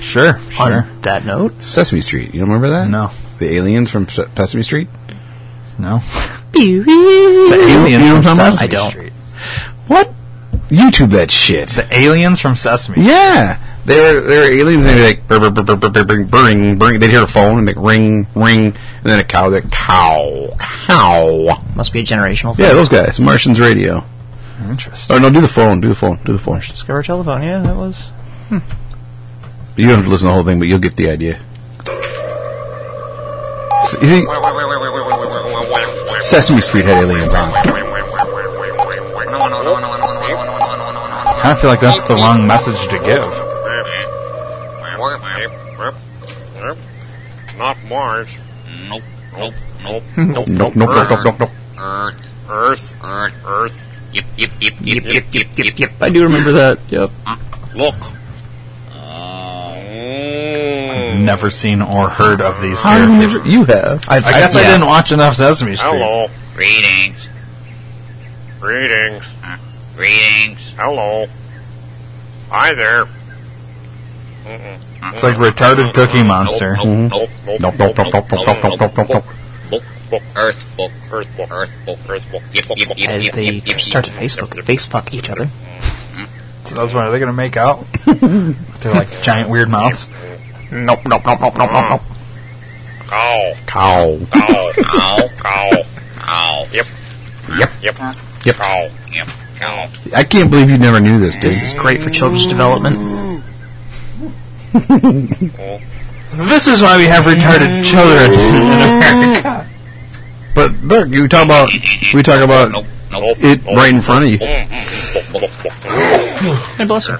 Sure, sure. On that note, Sesame Street. You don't remember that? No, The aliens from Se- Sesame Street. no. The aliens from I Sesame. don't. What? YouTube that shit. The aliens from Sesame. yeah, they were they were aliens and they'd be like brr, brr, brr, brr, brr, brr, brr, brr, brr. They'd hear a phone and like ring ring and then a cow like cow cow. Must be a generational thing. Yeah, those guys. Martians radio. Interesting. Oh no, do the phone. Do the phone. Do the phone. Discover telephone. Yeah, that was. You don't have to listen to the whole thing, but you'll get the idea. So You think Sesame Street had aliens on? it? I kind of feel like that's the wrong message to give. Not Mars. Nope, nope, nope. Nope. Hmm. Nope, nope, nope, nope, nope, nope. Earth, Earth. Earth, Earth. yip, yip, yip, yip, yip, yip, yip, yip. I do remember that. Yep. Look. Mm. Uh, Never seen or heard of these How have you characters. never- You have. I, guess I yeah. didn't watch enough Sesame Street. Hello. greetings, Greetings. greetings. Hello. Hi there. It's like retarded Cookie Monster. Nope, nope, nope, Mm-hmm. Nope, nope, nope, nope, nope, nope, nope, nope, nope. Book, book, Earth, book, Earth book. Earth, book, Earth book. yip, yip, yip, As yip, they yip, yip, start to yip. Facebook, face fuck each other. So that's what are they going to make out? They're like giant weird mouths. Nope, nope, nope, nope, nope, nope, nope. Cow. Cow. Cow. Ow, Cow. ow, Yep. Yep. Yep. Yep. Cow. yip, ow. I can't believe you never knew this, dude. This is great for children's development. This is why we have retarded children. But look, you talk about we talk about Nope, nope. it right in front of you. God bless her.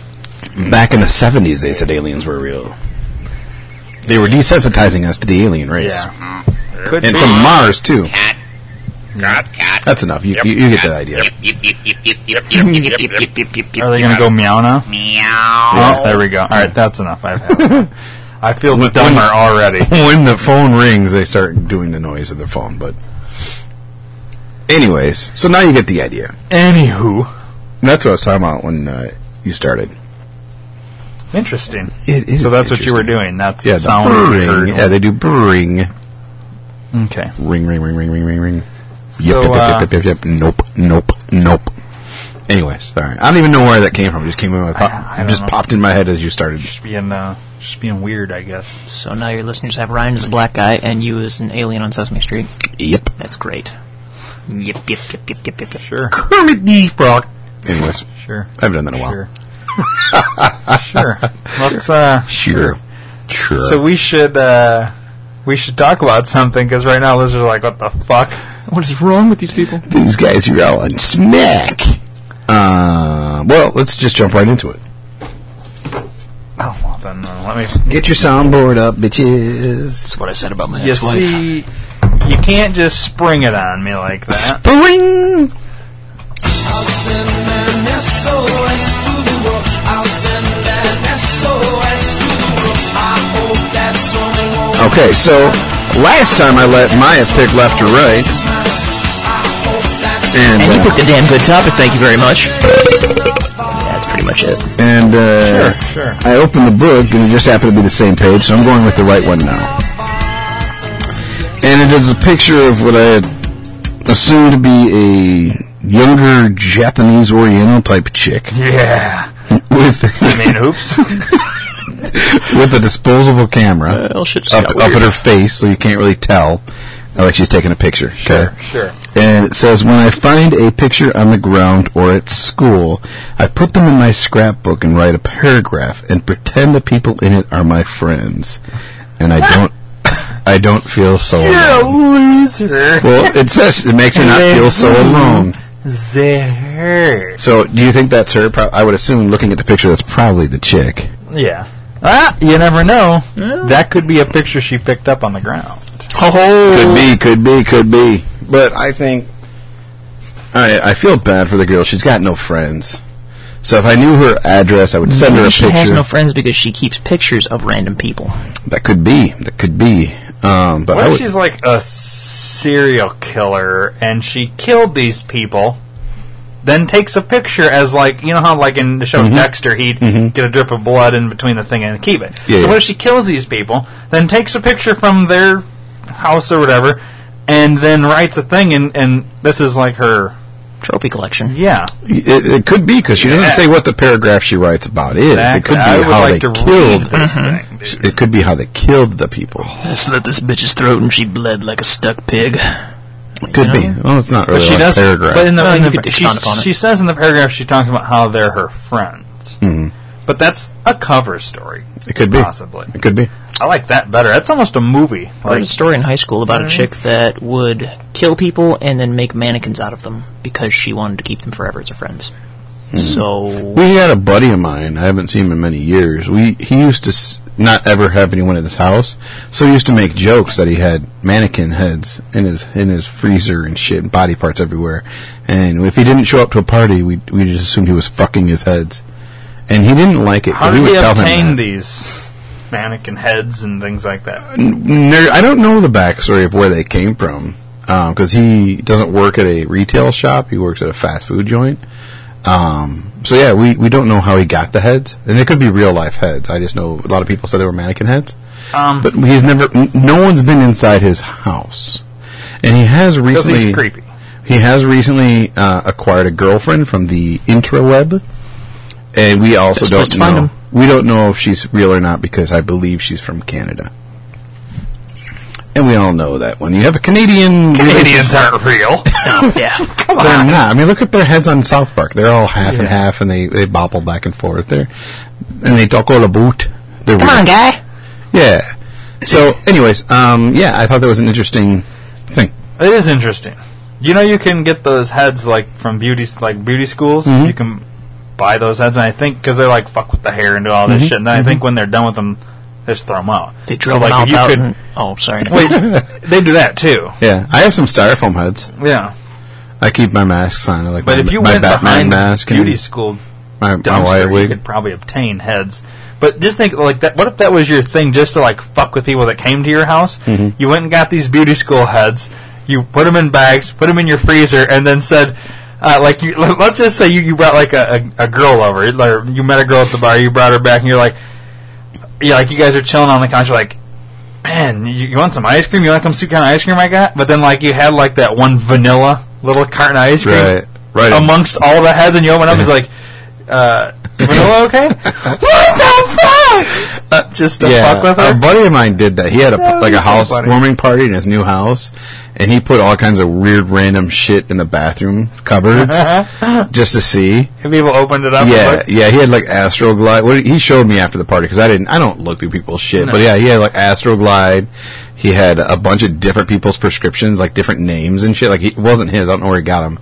Back in the seventies, they said aliens were real. They were desensitizing us to the alien race, yeah. Could and be. from Mars too. Cat, Cat. cat. That's enough. You, Yep. you, you get the idea. Yip, yip, yip, yip, yip, yip, yip, yip, yip, yip, yip, yip, Are they yip. going to go meow now? Meow. Oh, there we go. All right, that's enough. I've had enough. I feel dumber already. when the phone rings, they start doing the noise of the phone. But, anyways, so now you get the idea. Anywho, And that's what I was talking about when uh, you started. interesting. It is So that's what you were doing. interesting. That's Yeah, the the sound we heard. brrring. Yeah, they do brrring. Okay. Ring, ring, ring, ring, ring, ring, ring. So, yep, uh, yep, yep, yep, yep, yep. Nope, nope, nope. Anyway, sorry. I don't even know where that came from. It just came in my pop- I don't it just know. popped in my head as you started. Just being, uh, just being weird, I guess. So now your listeners have Ryan as a black guy and you as an alien on Sesame Street. Yep. That's great. Yip, yip, yip, yip, yip, yip, yip. Sure. Kermit the Frog. Anyways, Sure. I haven't done that in a while. Sure. sure. Let's, uh, Sure. Sure. so we should, uh, we should talk about something because right now listeners are like, what the fuck? What is wrong with these people? These guys are all on smack. Uh, well, let's just jump right into it. Oh, well then, uh, let me. Get your soundboard up, bitches. That's what I said about my You ex-wife. see, you can't just spring it on me like that. Spring. Okay, so last time I let Maya pick left or right, And and you uh, picked a damn good topic, thank you very much. That's pretty much it. and uh, Sure. I opened the book and it just happened to be the same page, so I'm going with the right one now. And it is a picture of what I had assumed to be a younger Japanese Oriental type chick Yeah. with I mean, oops. with a disposable camera Well, shit just up, got up at weird. her face, so you can't really tell. uh, Like she's taking a picture. okay? Sure. And it says, when I find a picture on the ground or at school, I put them in my scrapbook and write a paragraph and pretend the people in it are my friends. And I don't, I don't feel so You're a alone. loser. Well, it says, it makes me not feel so alone. Zer. So, do you think that's her? Pro- I would assume, looking at the picture, that's probably the chick. Yeah. Ah, you never know. That could be a picture she picked up on the ground. Could be, could be, could be. But I think I I feel bad for the girl. She's got no friends. So if I knew her address, I would send her a she picture. has no friends because she keeps pictures of random people. that could be. That could be. Um, but What I if would. she's like a serial killer and she killed these people then takes a picture as like you know how like in the show Dexter he'd get a drip of blood in between the thing and keep it. Yeah, so yeah. what if she kills these people, then takes a picture from their house or whatever, and then writes a thing and and this is like her Trophy collection. yeah. It, it could be because she doesn't Yeah. say what the paragraph she writes about is. It Exactly. could be I would how like they to killed. read this thing. dude. It could be how they killed the people. Oh, I slit this bitch's throat and she bled like a stuck pig. Could You know? be. Well, it's not really But she a does. paragraph. But in the, Well, in you the- could she, expound upon it. she says in the paragraph she talks about how they're her friends. Mhm. But that's a cover story. It could be. possibly. It could be. I like that better. That's almost a movie. I read Like, a story in high school about Mm-hmm. a chick that would kill people and then make mannequins out of them because she wanted to keep them forever as her friends. So We had a buddy of mine. I haven't seen him in many years. We he used to s- not ever have anyone at his house, so he used to make jokes that he had mannequin heads in his in his freezer and shit, and body parts everywhere. And if he didn't show up to a party, we we just assumed he was fucking his heads, and he didn't like it. how 'cause we did would they tell obtain him that. these mannequin heads and things like that? Ner- I don't know the backstory of where they came from because he doesn't work at a retail shop. He works at a fast food joint. Um, so yeah, we, we don't know how he got the heads, and they could be real life heads. I just know a lot of people said they were mannequin heads, Um, but he's never. n- No one's been inside his house, and he has because recently. he's creepy. He has recently uh, acquired a girlfriend from the intraweb, and we also Best place don't to know. find him. We don't know if she's real or not because I believe she's from Canada. And we all know that when you have a Canadian, Canadians aren't real. Oh, yeah, they're not. I mean, look at their heads on South Park. They're all half and half, and they they bobble back and forth. They're and they talk all about. They're come weird. on, guy. Yeah. So, anyways, um, yeah, I thought that was an interesting thing. it is interesting. You know, you can get those heads like from beauty like beauty schools. Mm-hmm. You can buy those heads, and I think because they like fuck with the hair and do all this shit. And then I think when they're done with them, they just throw them out. Mm-hmm. They so, drove like, mouth if you out. could- and, oh, sorry. Wait, they do that too. Yeah, I have some styrofoam heads. Yeah, I keep my masks on. I like but my, if you my went Batman behind mask and beauty school my, my wire dumpster, you wig. could probably obtain heads. But just think, like that. What if that was your thing, just to like fuck with people that came to your house? You went and got these beauty school heads. You put them in bags, put them in your freezer, and then said, uh, like, you, let's just say you, you brought like a, a, a girl over, like you met a girl at the bar, you brought her back, and you're like, yeah, like you guys are chilling on the couch, you're like, man, you, you want some ice cream? You want to come see what kind of ice cream I got? But then like you had like that one vanilla little carton of ice cream, Right, right. amongst all the heads, and you open up, he's like, uh, vanilla okay? what the fuck? Uh, just to yeah, Um, fuck with a her? buddy of mine did that. He had a That would like be a so funny. housewarming party in his new house, and he put all kinds of weird, random shit in the bathroom cupboards just to see. And people opened it up. Yeah, And looked. yeah. He had like Astroglide. What he showed me after the party because I didn't. I don't look through people's shit, but yeah, he had like Astroglide. He had a bunch of different people's prescriptions, like different names and shit. Like he, it wasn't his. I don't know where he got them.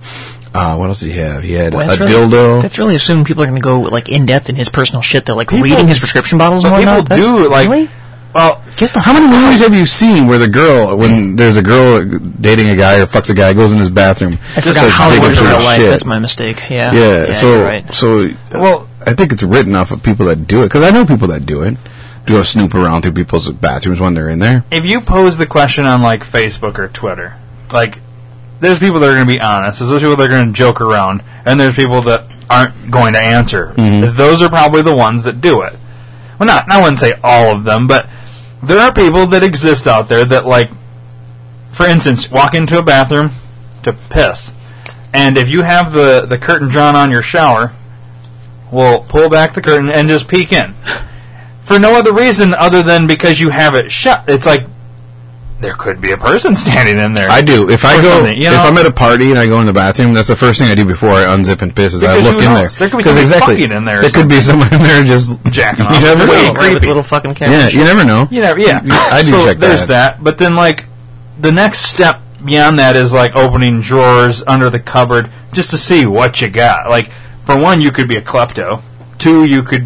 Uh, what else did he have? He had Well, a Oh, that's really, dildo. That's really assuming people are going to go like in depth in his personal shit. They're like People- reading his prescription bottles and But whatnot. people do, That's- like- really? Well, Get the How many movies have you seen where the girl, when there's a girl dating a guy or fucks a guy, goes in his bathroom, I forgot starts how it digging works in through real his life. shit? That's my mistake. Yeah. yeah, so you're right. so Well- well, I think it's written off of people that do it because I know people that do it, do a snoop around through people's bathrooms when they're in there. if you pose the question on like Facebook or Twitter, like there's people that are going to be honest, there's those people that are going to joke around, and there's people that aren't going to answer. Those are probably the ones that do it. Well, not I wouldn't say all of them, but there are people that exist out there that like, for instance, walk into a bathroom to piss, and if you have the the curtain drawn on your shower, will pull back the curtain and just peek in for no other reason other than because you have it shut. It's like there could be a person standing in there. I do. If I Or go, something, you if know? I'm at a party and I go in the bathroom, that's the first thing I do before I unzip and piss is Because I who look in there. knows? There could be 'Cause somebody exactly, fucking in there or There could be someone in there just Jacking You off. never Really know. Right, with creepy. little fucking camera. Yeah, you never know. you know, yeah. I do so check there's that. that. But then like the next step beyond that is like opening drawers under the cupboard just to see what you got. Like for one, you could be a klepto. Two, you could.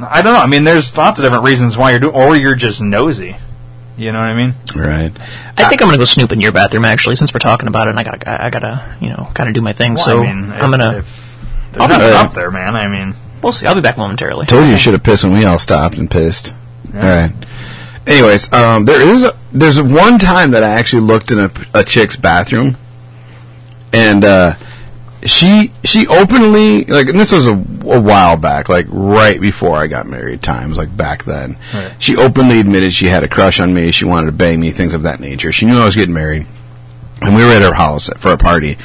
I don't know. I mean, there's lots of different reasons why you're doing, or you're just nosy. You know what I mean? Right. I think I'm gonna go snoop in your bathroom actually, since we're talking about it. and I gotta, I gotta, you know, kind of do my thing. Well, so I mean, I'm gonna. If, if I'll there's be nothing back. up there, man. I mean, we'll see. I'll be back momentarily. Told you you should have pissed when we all stopped and pissed. All right. Anyways, um, there is a, there's one time that I actually looked in a, a chick's bathroom, and uh, she she openly like and this was a, a while back like right before i got married times like back then Right. she openly admitted she had a crush on me she wanted to bang me things of that nature she knew i was getting married and we were at her house for a party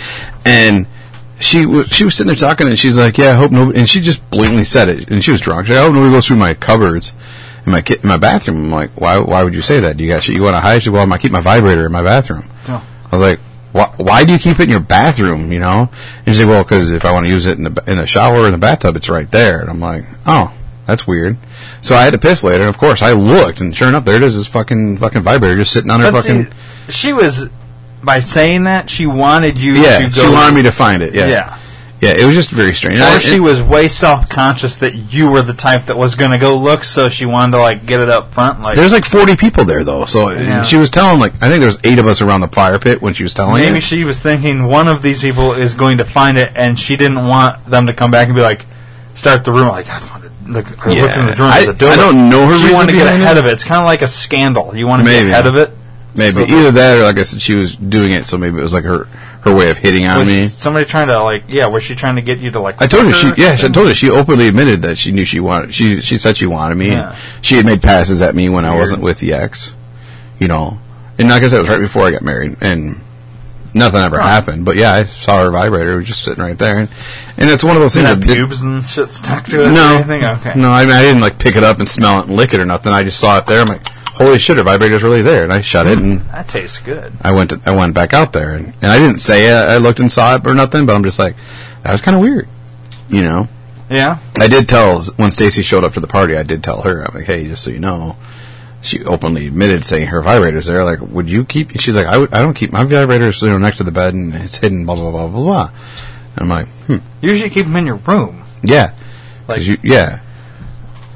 and she was she was sitting there talking and she's like yeah i hope nobody and she just blatantly said it and she was drunk she's like i hope nobody goes through my cupboards in my ki- in my bathroom i'm like why why would you say that do you got shit you want to hide she's like, well i keep my vibrator in my bathroom Oh. I was like, why, why do you keep it in your bathroom? You know? And she's like, well, because if I want to use it in the ba- in the shower or in the bathtub, it's right there. And I'm like, oh, that's weird. So I had to piss later. And of course, I looked, and sure enough, there it is. This fucking fucking vibrator just sitting on her But see, fucking. she was by saying that she wanted you. yeah, to she go- wanted me to find it. Yeah, Yeah. Yeah, It was just very strange. And I- Or she and- was way self conscious that you were the type that was going to go look, so she wanted to like get it up front. Like there's like 40 people there though, so and Yeah. she was telling like I think there was eight of us around the fire pit when she was telling maybe it. she was thinking one of these people is going to find it, and she didn't want them to come back and be like, start the room like I found it. Like, I Yeah. looked in the drawers, I- there's a dildo. I don't know her She reason wanted to get behind ahead it. of it. It's kind of like a scandal. You want to get Maybe. ahead of it. maybe So- either that or like I said, she was doing it, so maybe it was like her her way of hitting on was me. somebody trying to like? Yeah, was she trying to get you to like? I told her fuck she or yeah, I something? told her she openly admitted that she knew she wanted she she said she wanted me. Yeah. And she had made passes at me when I Weird. wasn't with the ex. You know. And like I said, it was right before I got married and nothing ever happened. But yeah, I saw her vibrator, it was just sitting right there and, and it's one of those Did things have that did- pubes and shit stuck to it? no, Or anything? Okay. No, I mean I didn't like pick it up and smell it and lick it or nothing. I just saw it there. I'm like, holy shit, her vibrator's really there and I shut it and That tastes good. I went to, I went back out there and, and I didn't say I, I looked and saw it or nothing, but I'm just like, that was kinda weird. You know? Yeah. I did tell when Stacy showed up to the party. I did tell her. I'm like, hey, just so you know, she openly admitted saying her vibrator's there. Like, would you keep? She's like, I would. I don't keep my vibrator's you know next to the bed and it's hidden. Blah blah blah blah blah. And I'm like, hmm, Usually keep them in your room. yeah, 'Cause Like- you- yeah.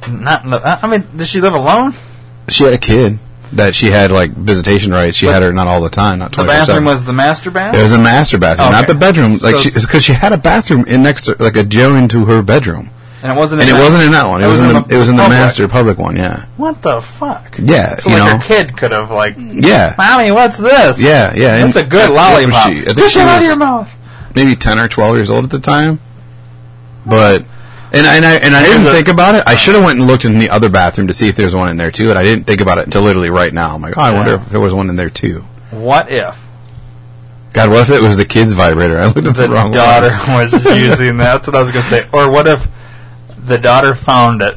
Not in the. I I mean, does she live alone? She had a kid that she had like visitation rights. She But had her not all the time, not The 24 bathroom was the master bath. It was a master bathroom, not Okay. the bedroom. Like, So she it's- because she had a bathroom in next to like adjoining to her bedroom, and it wasn't. and in it that- wasn't in that one. It, was, in the, it was in the public. master public one. Yeah, What the fuck? Yeah, So you like know. her kid could have like, yeah. mommy, what's this? Yeah, yeah. and- That's a good what was lollipop. she? I think Get she that out of was your mouth. maybe ten or twelve years old at the time, but and I, and I and I didn't a- think about it. I should have went and looked in the other bathroom to see if there's one in there too, and I didn't think about it until literally right now. I'm like, oh, I wonder Yeah. if there was one in there too. What if God, what if it was the kid's vibrator? I looked at the, the wrong daughter One. was using that? That's what I was gonna say. Or what if the daughter found it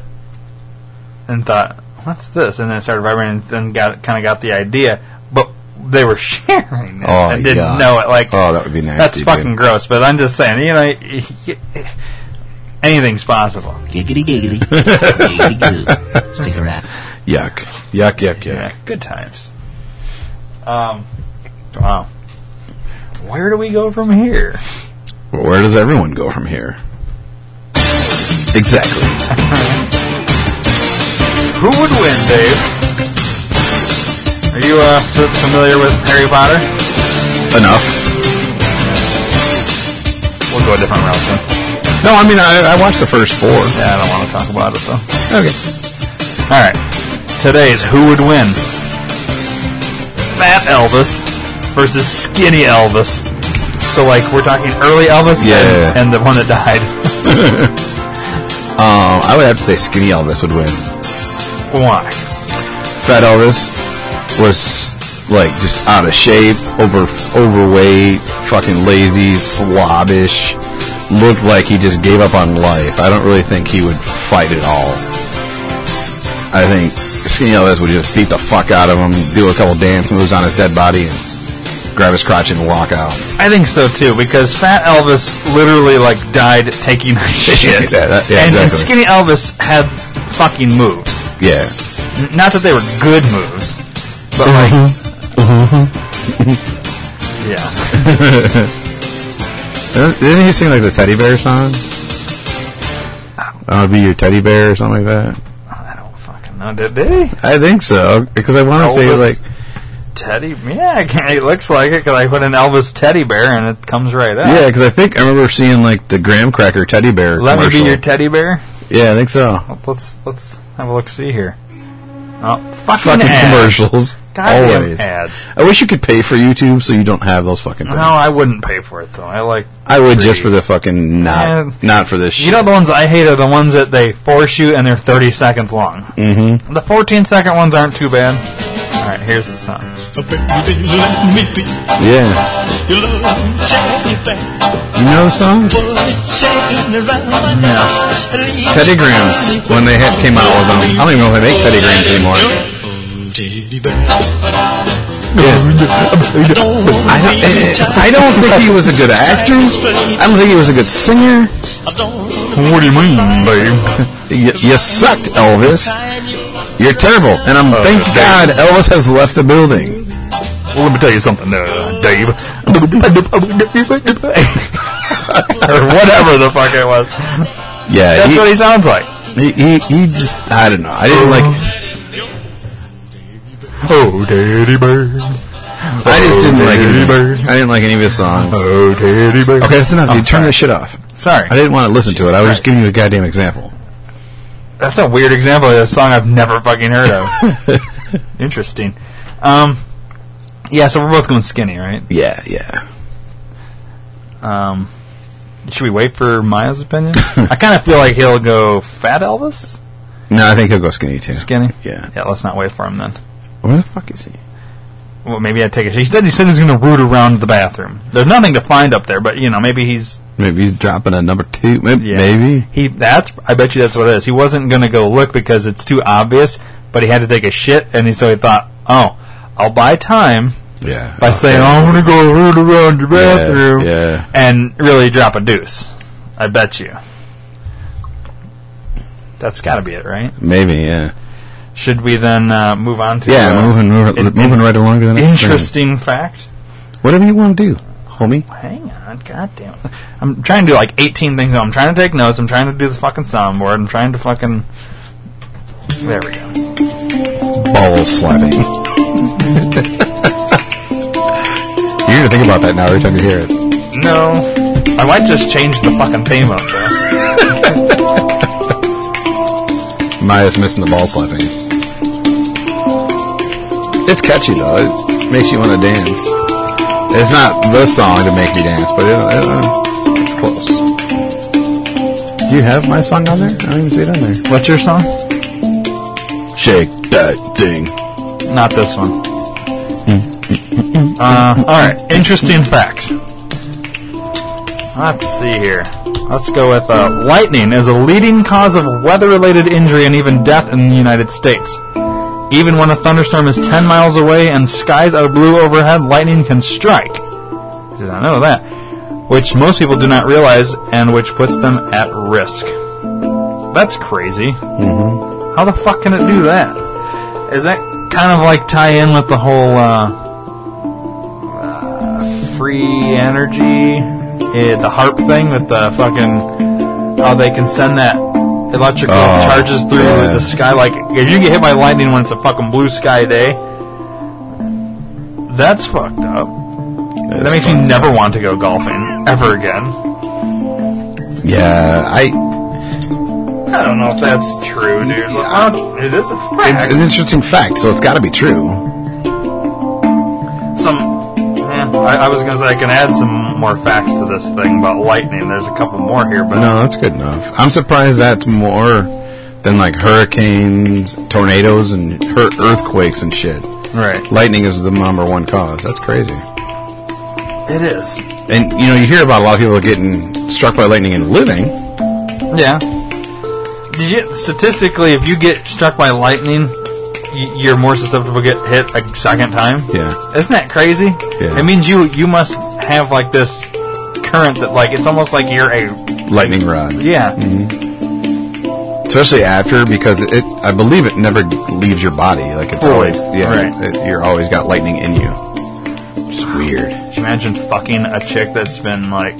and thought, "What's this?" and then started vibrating and then got kind of got the idea, but they were sharing it Oh, and didn't God. know it. Like, Oh, that would be nasty. that's dude. fucking gross. But I'm just saying, you know, y- y- anything's possible. Giggity giggity. giggity goo. Stick around. yuck, yuck, yuck, yuck. Yeah, good times. Um, wow. Where do we go from here? But where does everyone go from here? Exactly. Who would win, Dave? Are you uh, f- familiar with Harry Potter? Enough. We'll go a different route then. No, I mean I, I watched the first four. Yeah, I don't want to talk about it though. Okay. All right. Today's Who Would Win? Fat Elvis versus Skinny Elvis. So, like, we're talking early Elvis Yeah, and, yeah, yeah. and the one that died. Um, I would have to say Skinny Elvis would win. Why? Fat Elvis was like just out of shape, over overweight, fucking lazy, slobbish. Looked like he just gave up on life. I don't really think he would fight at all. I think Skinny Elvis would just beat the fuck out of him, do a couple dance moves on his dead body, and grab his crotch and walk out. I think so too, because Fat Elvis literally like died taking a shit, Yeah, that- yeah, and, and exactly. Skinny Elvis had fucking moves. Yeah, N- Not that they were good moves, but like, Mm-hmm. yeah, didn't didn't he sing like the teddy bear song? I'll be your teddy bear or something like that. I don't fucking know. Did they? I think so because I want to say Elvis like Teddy, yeah, I can't- it looks like it because I put an Elvis teddy bear and it comes right up. Yeah, because I think I remember seeing like the graham cracker teddy bear. Ah. let commercial. me be your teddy bear. yeah, I think so. Let's let's have a look. See here. Oh, fucking, Fucking ass. commercials. Goddamn Always. ads. I wish you could pay for YouTube so you don't have those fucking things. No, I wouldn't pay for it though. I like I would just free. for the fucking not Yeah. not for this shit. You know the ones I hate are the ones that they force you and they're 30 seconds long. Mm-hmm. The 14 second ones aren't too bad. All right, here's the song. Baby, let me be yeah. your love Teddy You know the song? chain around my neck. Leave Teddy Grahams. When they had, came out with them. I don't even know if they make Teddy Grahams anymore. Oh, Teddy bear, Yeah. don't wanna I be don't, eh, tied. I don't think he was a good actor. I don't think he was a good singer. I don't wanna What do you mean, babe? you, you sucked, Elvis. find you. You're terrible. And I'm Uh, thank God Elvis has left the building. Well, let me tell you something, uh, Dave. or whatever the fuck it was. Yeah, That's he, what he sounds like. he, he he just I don't know. I didn't like. Oh, Teddy Bear. I just didn't like Teddy it. bear. I didn't like any of his songs. Oh, Teddy Bear. Okay, that's enough. I'm dude. turn sorry. that shit off. Sorry. I didn't want to listen to it. I was just giving you a goddamn example. That's a weird example of a song I've never fucking heard of. Interesting. Um, yeah, so we're both going skinny, right? Yeah, yeah. Um, should we wait for Maya's opinion? I kind of feel like he'll go fat Elvis, No, I think he'll go skinny too. skinny. Yeah. Yeah, let's not wait for him then. Where the fuck is he? Well, maybe I'd take a. He said he said he's going to root around the bathroom. There's nothing to find up there, but you know, maybe he's Maybe he's dropping a number two. Maybe. yeah. maybe. he. That's. I bet you that's what it is. He wasn't going to go look because it's too obvious, but he had to take a shit, and he, so he thought, oh, I'll buy time Yeah. by saying "Oh, I'm going to go root around your Yeah, bathroom, yeah. and really drop a deuce. I bet you. That's got to be it, right? Maybe. Yeah. Should we then uh, move on to Yeah. uh, moving, moving, an moving right along to the next. thing. interesting fact? Whatever you want to do, homie. Hang on, goddamn! I'm trying to do like 18 things. I'm trying to take notes. I'm trying to do the fucking soundboard. I'm trying to fucking. There we go. Ball slapping. You're gonna think about that now every time you hear it. No, I might just change the fucking theme up. Though. Maya's missing the ball slapping. It's catchy though. It makes you want to dance. It's not the song to make you dance, but it, it, uh, it's close. Do you have my song on there? I don't even see it on there. What's your song? Shake that thing. Not this one. Uh, all right. Interesting fact. Let's see here. Let's go with uh, lightning is a leading cause of weather-related injury and even death in the United States. Even when a thunderstorm is 10 miles away and skies are blue overhead, lightning can strike. Did I know that? Which most people do not realize and which puts them at risk. That's crazy. Mm-hmm. How the fuck can it do that? Is that kind of like tie in with the whole uh, uh, free energy, eh, the harp thing with the fucking how they can send that electrical Oh, charges through yeah. the sky? Like if you get hit by lightning when it's a fucking blue sky day, that's fucked up. that makes me never want to go golfing ever again. Yeah, I. I don't know if that's true, dude. Look, I don't- It is a fact. It's an interesting fact, so it's got to be true. some. eh, I, I was gonna say I can add some more facts to this thing about lightning. There's a couple more here, but No, that's good enough. I'm surprised that's more than like hurricanes, tornadoes, and hur- earthquakes and shit. right, Lightning is the number one cause. That's crazy. it is. And you know, you hear about a lot of people getting struck by lightning and living. Yeah. Did you, statistically, if you get struck by lightning, y- you're more susceptible to get hit a second time. Yeah. Isn't that crazy? Yeah. It means you you must have like this current that like it's almost like you're a Lightning rod, yeah Mm. especially after because it, I believe it never leaves your body. Like it's Always. always, yeah, Right. it- you're always got lightning in you. It's weird. Could you imagine fucking a chick that's been like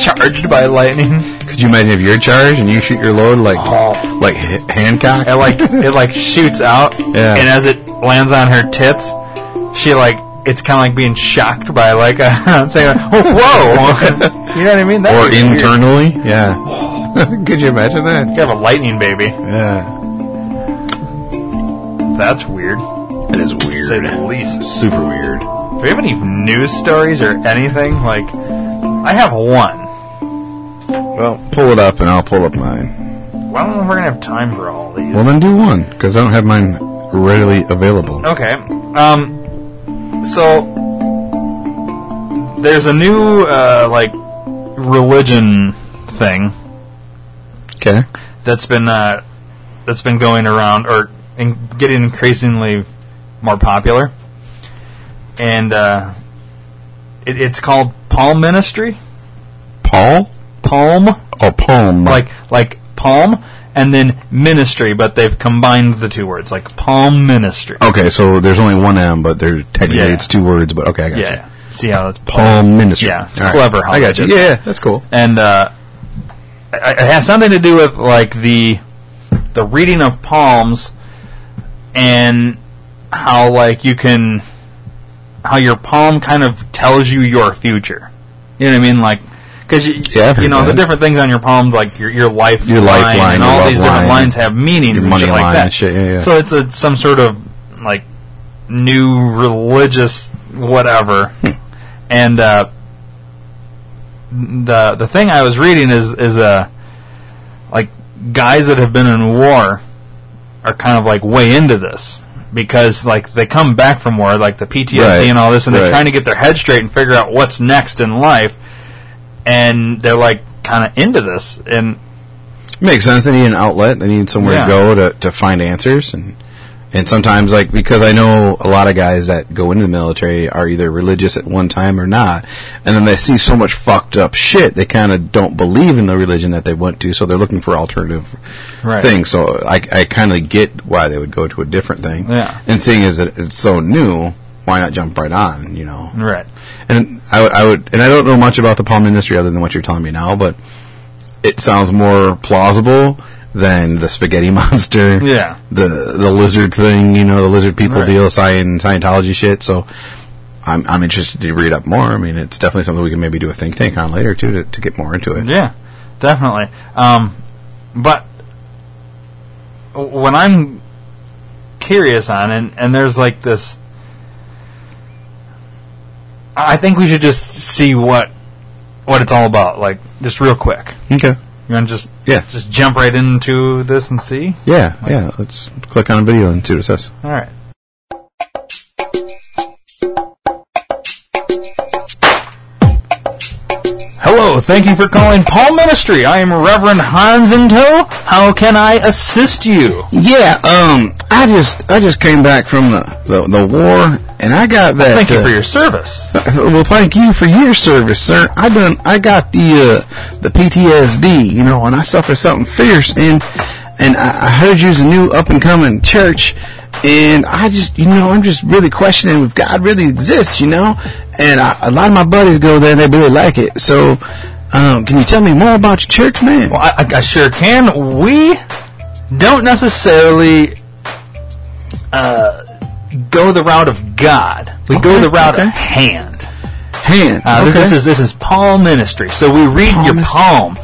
charged by lightning Could you imagine if you're charged and you shoot your load like Oh. like H- Hancock? it like it like shoots out Yeah. and as it lands on her tits she like it's kind of like being shocked by like a thing like, whoa you know what i mean or That'd be weird. internally? Yeah. Could you imagine that? you have a lightning baby Yeah. that's weird It That is to say the weird. least. Super weird. Do we have any news stories or anything? Like, I have one. Well, pull it up and I'll pull up mine. Well, I don't know if we're gonna have time for all these. Well, then do one because I don't have mine readily available. Okay. Um. So there's a new uh, like religion thing Okay. that's been uh, that's been going around or in, getting increasingly more popular, and uh, it, it's called Palm Ministry. Paul? Palm, Oh, palm. like like palm, and then ministry, but they've combined the two words, like Palm Ministry. okay, so there's only one M, but there technically Yeah. it's two words. But okay, I got you. Yeah. See how that's Palm ministry. Yeah, it's All right. clever how I they got you. did Yeah, that. yeah, that's cool. and uh, it it has something to do with like the the reading of palms and how like you can how your palm kind of tells you your future. You know what I mean? Like because you, Yeah, I've heard you know the that. different things on your palms, like your your life, Your lifeline, and your all love these different line, lines have meanings your and money shit like line that. and shit, yeah, yeah. So it's a, some sort of like new religious whatever, Hmm. and uh, the the thing I was reading is is uh, like guys that have been in war are kind of like way into this because like they come back from war like the PTSD Right, and all this and they're right. trying to get their head straight and figure out what's next in life and they're like kind of into this and Makes sense. They need an outlet. They need somewhere Yeah. to go to, to find answers and and sometimes like because I know a lot of guys that go into the military are either religious at one time or not, and then they see so much fucked up shit they kind of don't believe in the religion that they went to, so they're looking for alternative Right. things. So I I kind of get why they would go to a different thing. Yeah. And seeing as it, it's so new, why not jump right on? You know. right And I, would- I would, and I don't know much about the palm industry other than what you're telling me now, but it sounds more plausible than the spaghetti monster, Yeah. the the lizard thing, you know, the lizard people Right. deal, Sci- and Scientology shit. So I'm I'm interested to read up more. I mean, it's definitely something we can maybe do a think tank on later too to, to get more into it. Yeah, definitely. Um, but when I'm curious on, and, and there's like this, I think we should just see what what it's all about, like just real quick. Okay. You want to just Yeah. just jump right into this and see? Yeah, yeah. Let's click on a video and see what it says. All right. Hello, thank you for calling Paul Ministry. I am Reverend Hans in tow. How can I assist you? Yeah, um, I just I just came back from the the, the war, and I got that. Thank you uh, for your service. Uh, Well, thank you for your service, sir. I done, I got the uh, the PTSD, you know, and I suffered something fierce, and and I, I heard you's a new up and coming church, and I just, you know, I'm just really questioning if God really exists, you know, and I, a lot of my buddies go there, and they really like it. So, um, can you tell me more about your church, man? Well, I, I- I sure can. We don't necessarily uh, go the route of God. We go Okay, the route okay. of hand. Hand, Uh, okay. This is this is palm ministry. So we read Palm your ministry. palm.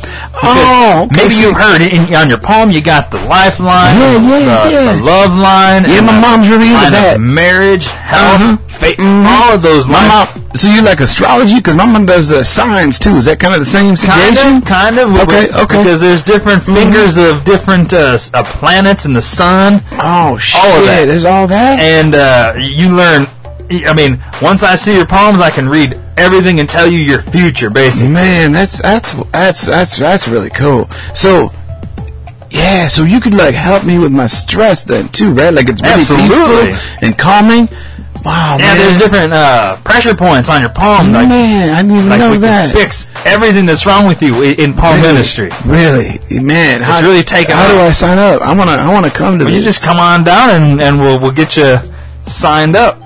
Oh, okay, maybe so- you heard it in, on your palm. You got the lifeline, Yeah, yeah, the, yeah. the love line. Yeah, and my the mom's really into line of that. Marriage, health, Uh-huh. faith, Mhm. all of those my lines. mom. So you like astrology? Because my mom does uh, signs too. Is that kind of the same situation? Kind of, kind of. Okay, Mm-hmm. okay. Because there's different fingers of different uh, s- uh, planets and the sun. Oh shit! that. There's all that. and uh, you learn. I mean, once I see your palms, I can read everything and tell you your future, basically. Man, that's that's that's that's that's really cool. So, yeah, so you could like help me with my stress then too, right? Like it's really Absolutely. peaceful and calming. Wow, Yeah, man. there's different uh, pressure points on your palm. Like, man, I didn't even like know we that. can fix everything that's wrong with you i- in palm Really? ministry. Really, man, how really taken How do off. I sign up? I wanna, I wanna come to Well, you this. just come on down and, and we'll we'll get you signed up.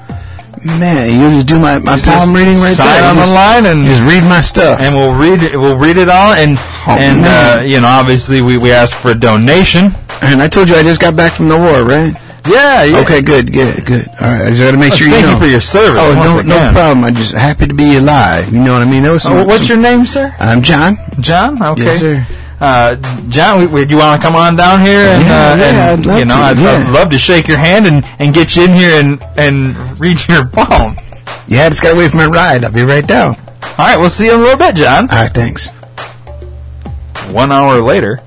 man, you just do my, my You palm just reading right sign there. on You the just, line and you just read my stuff. and we'll read it, we'll read it all and Oh, and uh, man. you know obviously we, we ask for a donation. and I told you I just got back from the war, right? Yeah. yeah. Okay, good, good, good. All right, I just got to make Well, sure you thank know. you for your service. Oh, once no, no again. problem. I'm just happy to be alive. You know what I mean? That was some, Oh, what's your some- name, sir? I'm John. John. Okay. Yes, sir. uh, John, we, we, you want to come on down here? And, Yeah, uh, yeah, and, I'd love you know, to, I'd, yeah. I'd love to shake your hand and, and get you in here and, and read your poem. Yeah, I just got away from my ride. I'll be right down. All right, we'll see you in a little bit, John. All right, thanks. One hour later.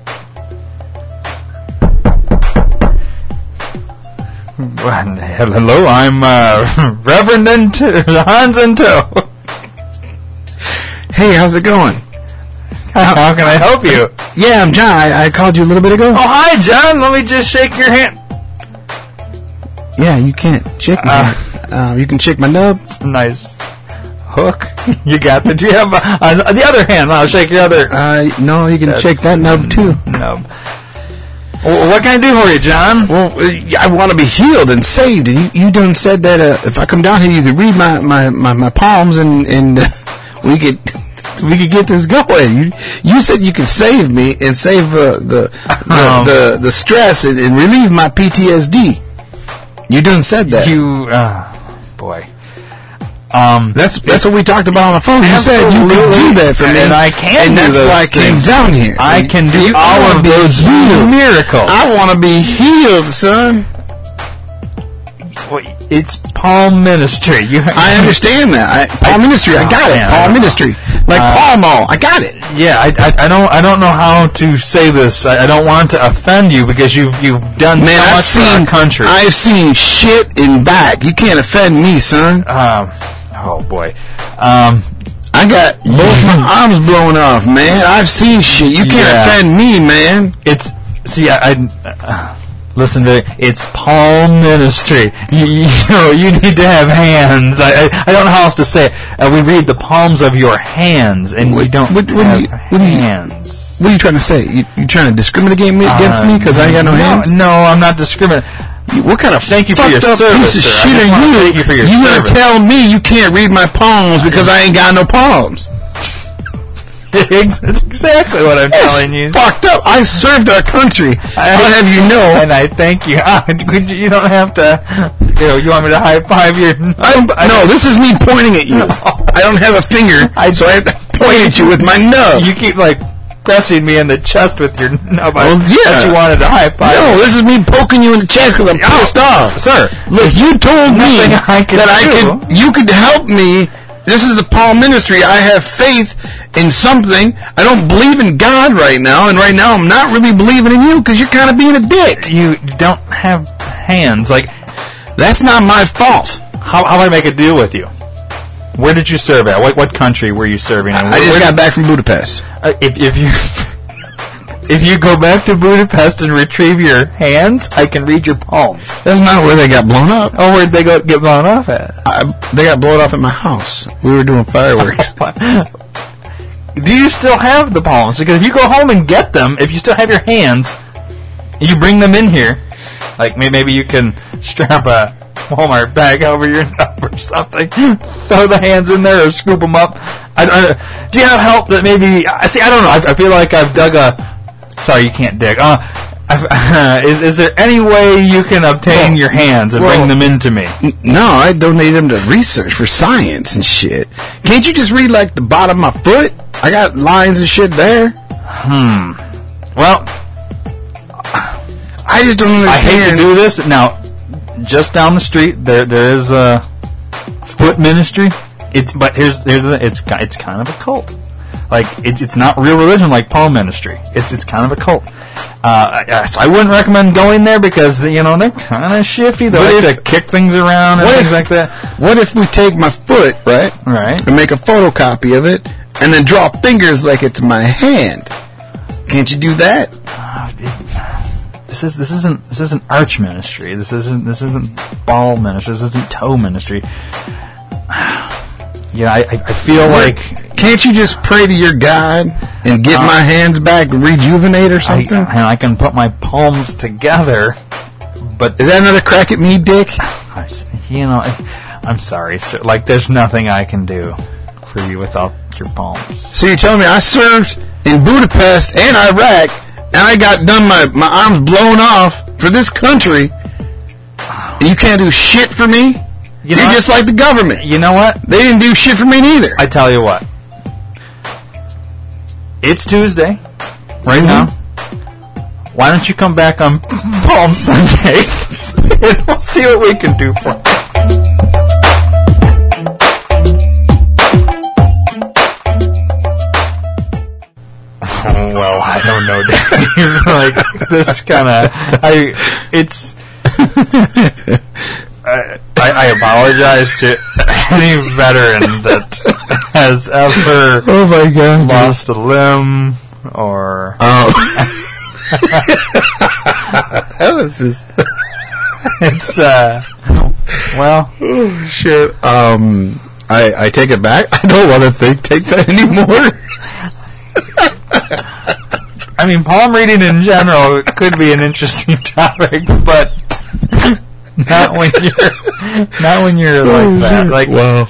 Well, Hello, I'm uh, Reverend and T- Hans and Toe. Hey, how's it going? How can I help you? Yeah, I'm John. I, I called you a little bit ago. Oh, hi, John. Let me just shake your hand. Yeah, you can't shake my. Uh, you can shake my nub. Nice hook. You got the. Do you have uh, on the other hand? I'll shake your other Uh, no, you can shake that nub too. nub. Well, what can I do for you, John? Well, uh, I want to be healed and saved. And you, you done said that uh, if I come down here, you could read my my, my, my palms and and uh, we could we could get this going. You, you said you could save me and save uh, the, the, Um. the the stress and, and relieve my PTSD. You done said that. You, uh, boy. Um, that's that's what we talked about on the phone. You said you could do Absolutely. that for me, And I can and do that's those why I came things. down here. I can do You- I all wanna of be those healed. miracles. I want to be healed, son. Well, It's palm ministry. You, I understand that. I, Paul Ministry, I got it. Yeah, Paul I know. Ministry, like Uh, Paul Mall, I got it. yeah, I, I, I don't, I don't know how to say this. I, I don't want to offend you because you've, you've done so Man, I've much for seen our country. I've seen shit in back. You can't offend me, son. um, oh boy. Um, I got both my arms blown off, man. I've seen shit. You can't Mm. Yeah. offend me, man. it's see, I, I uh, listen to it's palm ministry. You, you know, you need to have hands. I, I, I don't know how else to say it. Uh, we read the palms of your hands, and we What- don't what- what do have you- what do you- hands. Uh, What are you trying to say? You, you trying to discriminate me against me because I ain't got no, hands? No, I'm not discriminating. You- What kind of Thank you for fucked your up service, piece of sir. I shit just are wanna you? thank you for your gonna service. tell me you can't read my palms because I ain't got no palms? That's exactly what I'm It's telling you. fucked up. I served our country. I- I'll have you know. And I thank you. Ah, could you you don't have to. You know, you want me to high five your? I don't, no, this is me pointing at you. I don't have a finger, I- so I have to point at you with my nub. You keep like pressing me in the chest with your nub. I Well, yeah. thought you wanted to high five. no, this is me poking you in the chest because I'm pissed off. sir. Look, you told me nothing I can that I do. could, you could help me. This is the Paul ministry. I have faith in something. I don't believe in God right now, and right now I'm not really believing in you because you're kind of being a dick. You don't have hands. Like, That's not my fault. how how do I make a deal with you? Where did you serve at? What what country were you serving? in? I Where- just where got back from Budapest. Uh, if, if you if you go back to Budapest and retrieve your hands, I can read your palms. That's not where they got blown up. Oh, where'd they go get blown off at? I, they got blown off at my house. We were doing fireworks. Do you still have the palms? Because if you go home and get them, if you still have your hands, you bring them in here. Like may- maybe you can strap a Walmart bag over your nub or something. Throw the hands in there or scoop them up. I, I, do you have help that maybe? I see. I don't know. I, I feel like I've dug a. Sorry, you can't dig. Uh, I've, is is there any way you can obtain your hands and well- bring them into me? No, I donated them to research for science and shit. Can't you just read like the bottom of my foot? I got lines and shit there. Well, I just don't I hate to understand. do this now. Just down the street, there there is a foot ministry. It's but here's here's the, it's ki- it's kind of a cult. Like it's it's not real religion like palm ministry. It's it's kind of a cult. Uh, I, I- so I wouldn't recommend going there because you know they're kind of shifty. They What like if- to kick things around and what things if- like that. What if we take my foot, right, Right? and make a photocopy of it, and then draw fingers like it's my hand? Can't you do that? This is this isn't this isn't arch ministry. This isn't this isn't ball ministry. This isn't toe ministry. You know, I, I I feel like Can't you just pray to your God and get Uh, my hands back, rejuvenate or I, something? and I can put my palms together, but Is that another crack at me, Dick? I'm s- you know, I- I'm sorry, sir. Like, there's nothing I can do for you without your palms. So you're telling me I served in Budapest and Iraq, and I got done my, my arms blown off for this country, and you can't do shit for me? You You are know, just like the government. you know what? They didn't do shit for me neither. I tell you what. It's Tuesday. right Mm-hmm. now. Why don't you come back on Palm Sunday and we'll see what we can do for you. well, I don't know, Dave. like this kind of, I, it's. I, I apologize to any veteran that has ever Oh my god. lost a limb or Um, That was just it's uh well oh, shit. Um, I I take it back. I don't want to think take that anymore. I mean palm reading in general could be an interesting topic but not when you're not when you're like that like well,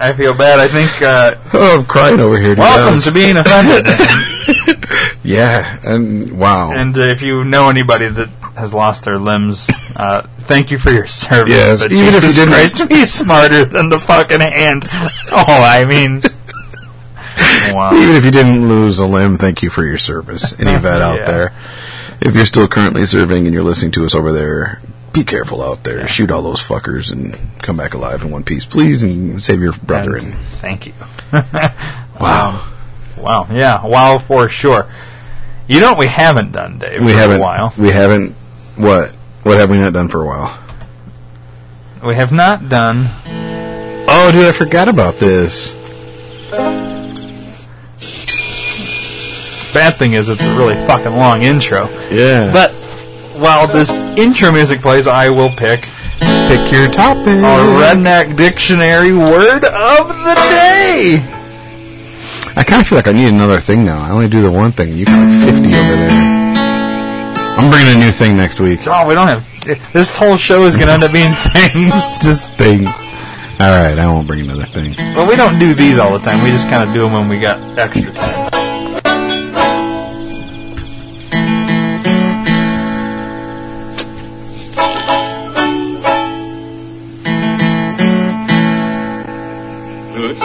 I feel bad I think uh oh, I'm crying over here. dude. welcome That to being offended was- yeah, and wow. and uh, if you know anybody that has lost their limbs uh thank you for your service Yes, but even if you Jesus didn't- Christ to be smarter than the fucking hand oh I mean wow Even if you didn't lose a limb, thank you for your service. Any vet out Yeah. there, if you're still currently serving and you're listening to us over there, be careful out there. Shoot all those fuckers and come back alive in one piece, please, and save your brethren. And um, Thank you. Wow. Wow. Yeah. Wow for sure. You know what we haven't done, Dave? we for haven't. a while. We haven't. What? What have we not done for a while? We have not done. Oh, dude, I forgot about this. Bad thing is it's a really fucking long intro. Yeah. But while this intro music plays, I will pick pick your topic. a redneck dictionary word of the day. I kind of feel like I need another thing now. I only do the one thing. You got like 50 over there. I'm bringing a new thing next week. Oh, we don't have. This whole show is going to end up being things. Just things. All right, I won't bring another thing. But we don't do these all the time. We just kind of do them when we got extra time.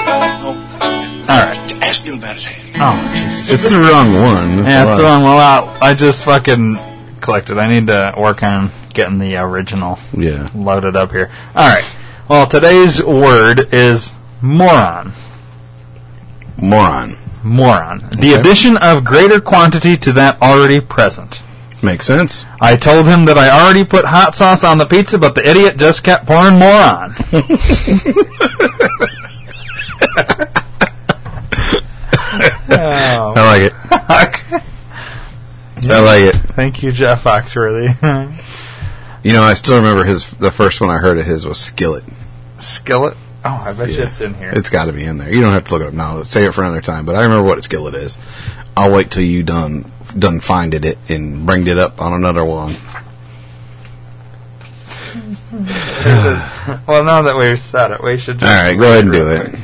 All right. Ask him about his hand. Oh, Jesus. It's the wrong one. Yeah, That's that's a the lot. one. Well, I, I just fucking collected. I need to work on getting the original Yeah. loaded up here. All right. Well, today's word is moron. Moron. Moron. The Okay. addition of greater quantity to that already present. Makes sense. I told him that I already put hot sauce on the pizza, but the idiot just kept pouring more on. oh, I like it. fuck. I like it. Thank you, Jeff Foxworthy. You know, I still remember his. The first one I heard of his was Skillet. Skillet? Oh, I bet you Yeah. it's in here. It's got to be in there. You don't have to look it up now. Save it for another time. But I remember what a skillet is. I'll wait till you done done finded it and bring it up on another one. well, now that we've said it, we should All just. right, go ahead and do it.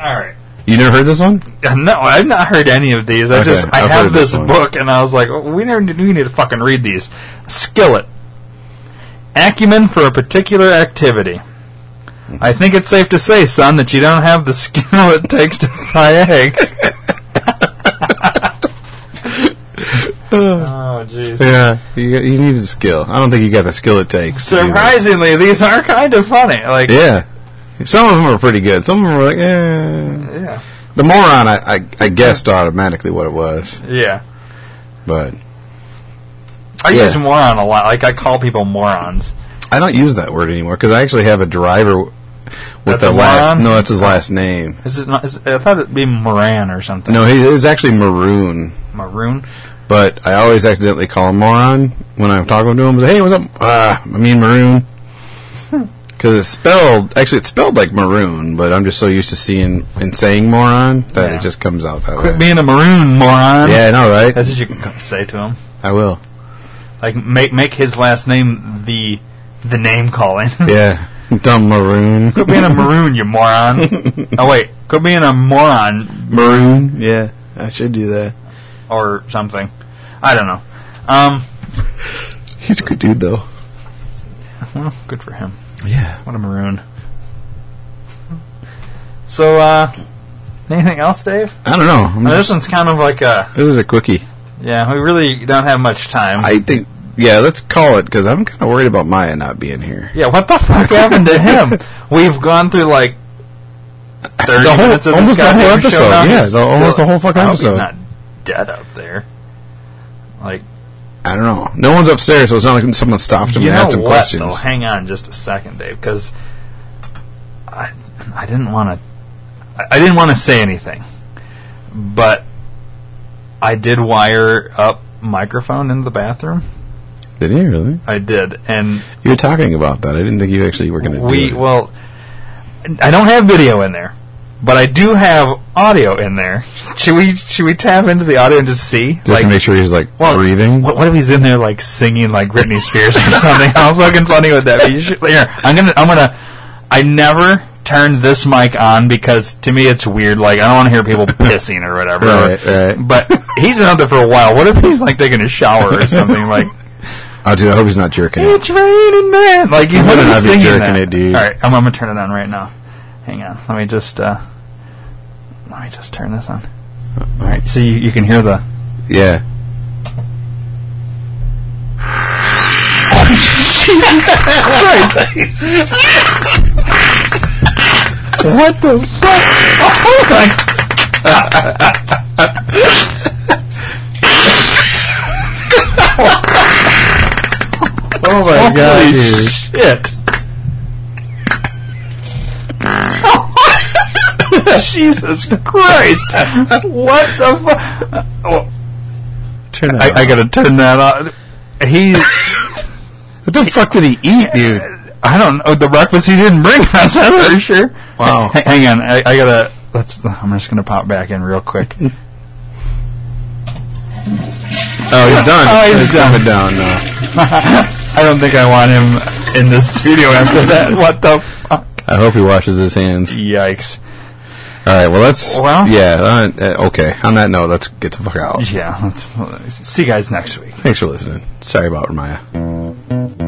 All right. You never heard this one? No, I've not heard any of these. I Okay, just I I've heard have of this this one. book, and I was like, well, we never we need to fucking read these. Skillet, acumen for a particular activity. I think it's safe to say, son, that you don't have the skill it takes to fry eggs. oh, jeez. Yeah, you, you needed the skill. I don't think you got the skill it takes. to do this. Surprisingly, these are kind of funny. Like, Yeah, some of them are pretty good. Some of them are like, eh. yeah, The moron, I, I, I guessed automatically what it was, yeah. but I Yeah. use moron a lot. Like, I call people morons. I don't use that word anymore because I actually have a driver with That's the a last. moron? No, that's his last name. Is it not, is, I thought it'd be Moran or something. No, he is actually maroon. Maroon. but I always accidentally call him moron when I'm talking to him. Hey, what's up? Uh, I mean maroon. Because it's spelled, actually, it's spelled like maroon, but I'm just so used to seeing and saying moron that Yeah. it just comes out that Quit way. being a maroon, moron. yeah, I know, right? That's what you can say to him. I will. Like make make his last name the the name calling. Yeah. Dumb maroon. quit being a maroon, you moron. oh wait, quit being a moron Maroon? Yeah. I should do that. or something. I don't know. Um, He's a good dude, though. well, good for him. Yeah. What a maroon. So, uh, anything else, Dave? I don't know. I'm Now, just- this one's kind of like a this is a quickie. Yeah, we really don't have much time. I think, yeah, let's call it because I'm kind of worried about Maya not being here. yeah, what the fuck happened to him? We've gone through like 30 the whole, minutes of this almost the whole goddamn episode. Show now yeah, he's the, almost the still- whole fucking I hope episode. He's not dead up there. Like, I don't know. No one's upstairs, so it's not like someone stopped him you and asked know him what? questions. Though, hang on just a second, Dave, because I, I didn't want to, I didn't want to say anything, but I did wire up microphone in the bathroom. Did he really? I did, and You were talking about that. I didn't think you actually were going to we do it. well, I don't have video in there, but I do have audio in there. Should we should we tap into the audio and just see? Just to make sure he's like Well, breathing. What, what if he's in there like singing like Britney Spears or something? How fucking funny would that be? You should- Here, I'm gonna, I'm gonna. I never turn this mic on because to me it's weird. Like I don't want to hear people pissing or whatever. Right, right. But he's been out there for a while. What if he's like taking a shower or something? Like Oh, dude, I hope he's not jerking it. it's raining, man. Like you I'm would gonna be not be singing jerking that. it, dude. All right, I'm, I'm gonna turn it on right now. Hang on, let me just. uh Let me just turn this on. All right, so you, you can hear the. Yeah. What the fuck? Oh my Oh my Holy shit. Jesus Christ. What the fuck? Turn that I, I off. gotta turn that on. He, what the fuck did he eat, dude? I don't know, the breakfast he didn't bring us, I'm pretty sure. Wow. H- hang on, I, I gotta, let's, I'm just gonna pop back in real quick. Oh, he's done. Oh, he's done. coming down now. I don't think I want him in the studio after that. What the fuck? I hope he washes his hands. Yikes. All right, well, let's. Well- yeah, uh, uh, okay. On that note, let's get the fuck out. Yeah, let's, let's see you guys next week. Thanks for listening. Sorry about Ramaya.